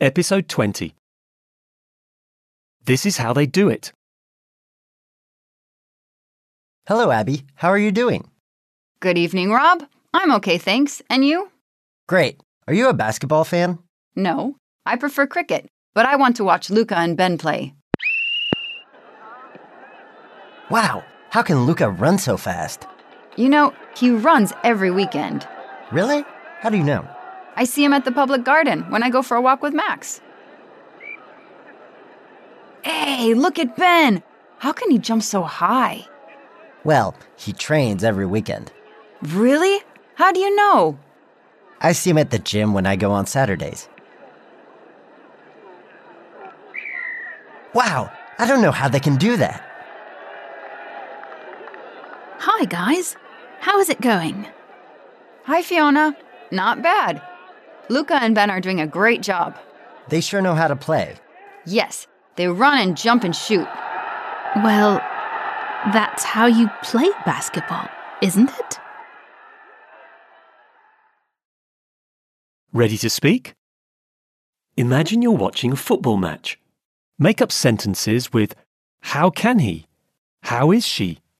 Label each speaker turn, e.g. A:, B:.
A: Episode 20. This is how they do it.
B: Hello, Abby. How are you doing?
C: Good evening, Rob. I'm okay, thanks. And you?
B: Great. Are you a basketball fan?
C: No. I prefer cricket, but I want to watch Luca and Ben play.
B: Wow, how can Luca run so fast?
C: You know, he runs every weekend.
B: Really? How do you know?
C: I see him at the public garden when I go for a walk with Max. Hey, look at Ben! How can he jump so high?
B: Well, he trains every weekend.
C: Really? How do you know?
B: I see him at the gym when I go on Saturdays. Wow, I don't know how they can do that.
D: Hi, guys. How is it going?
C: Hi, Fiona. Not bad. Luca and Ben are doing a great job.
B: They sure know how to play.
C: Yes, they run and jump and shoot.
D: Well, that's how you play basketball, isn't it?
A: Ready to speak? Imagine you're watching a football match. Make up sentences with How can he? How is she?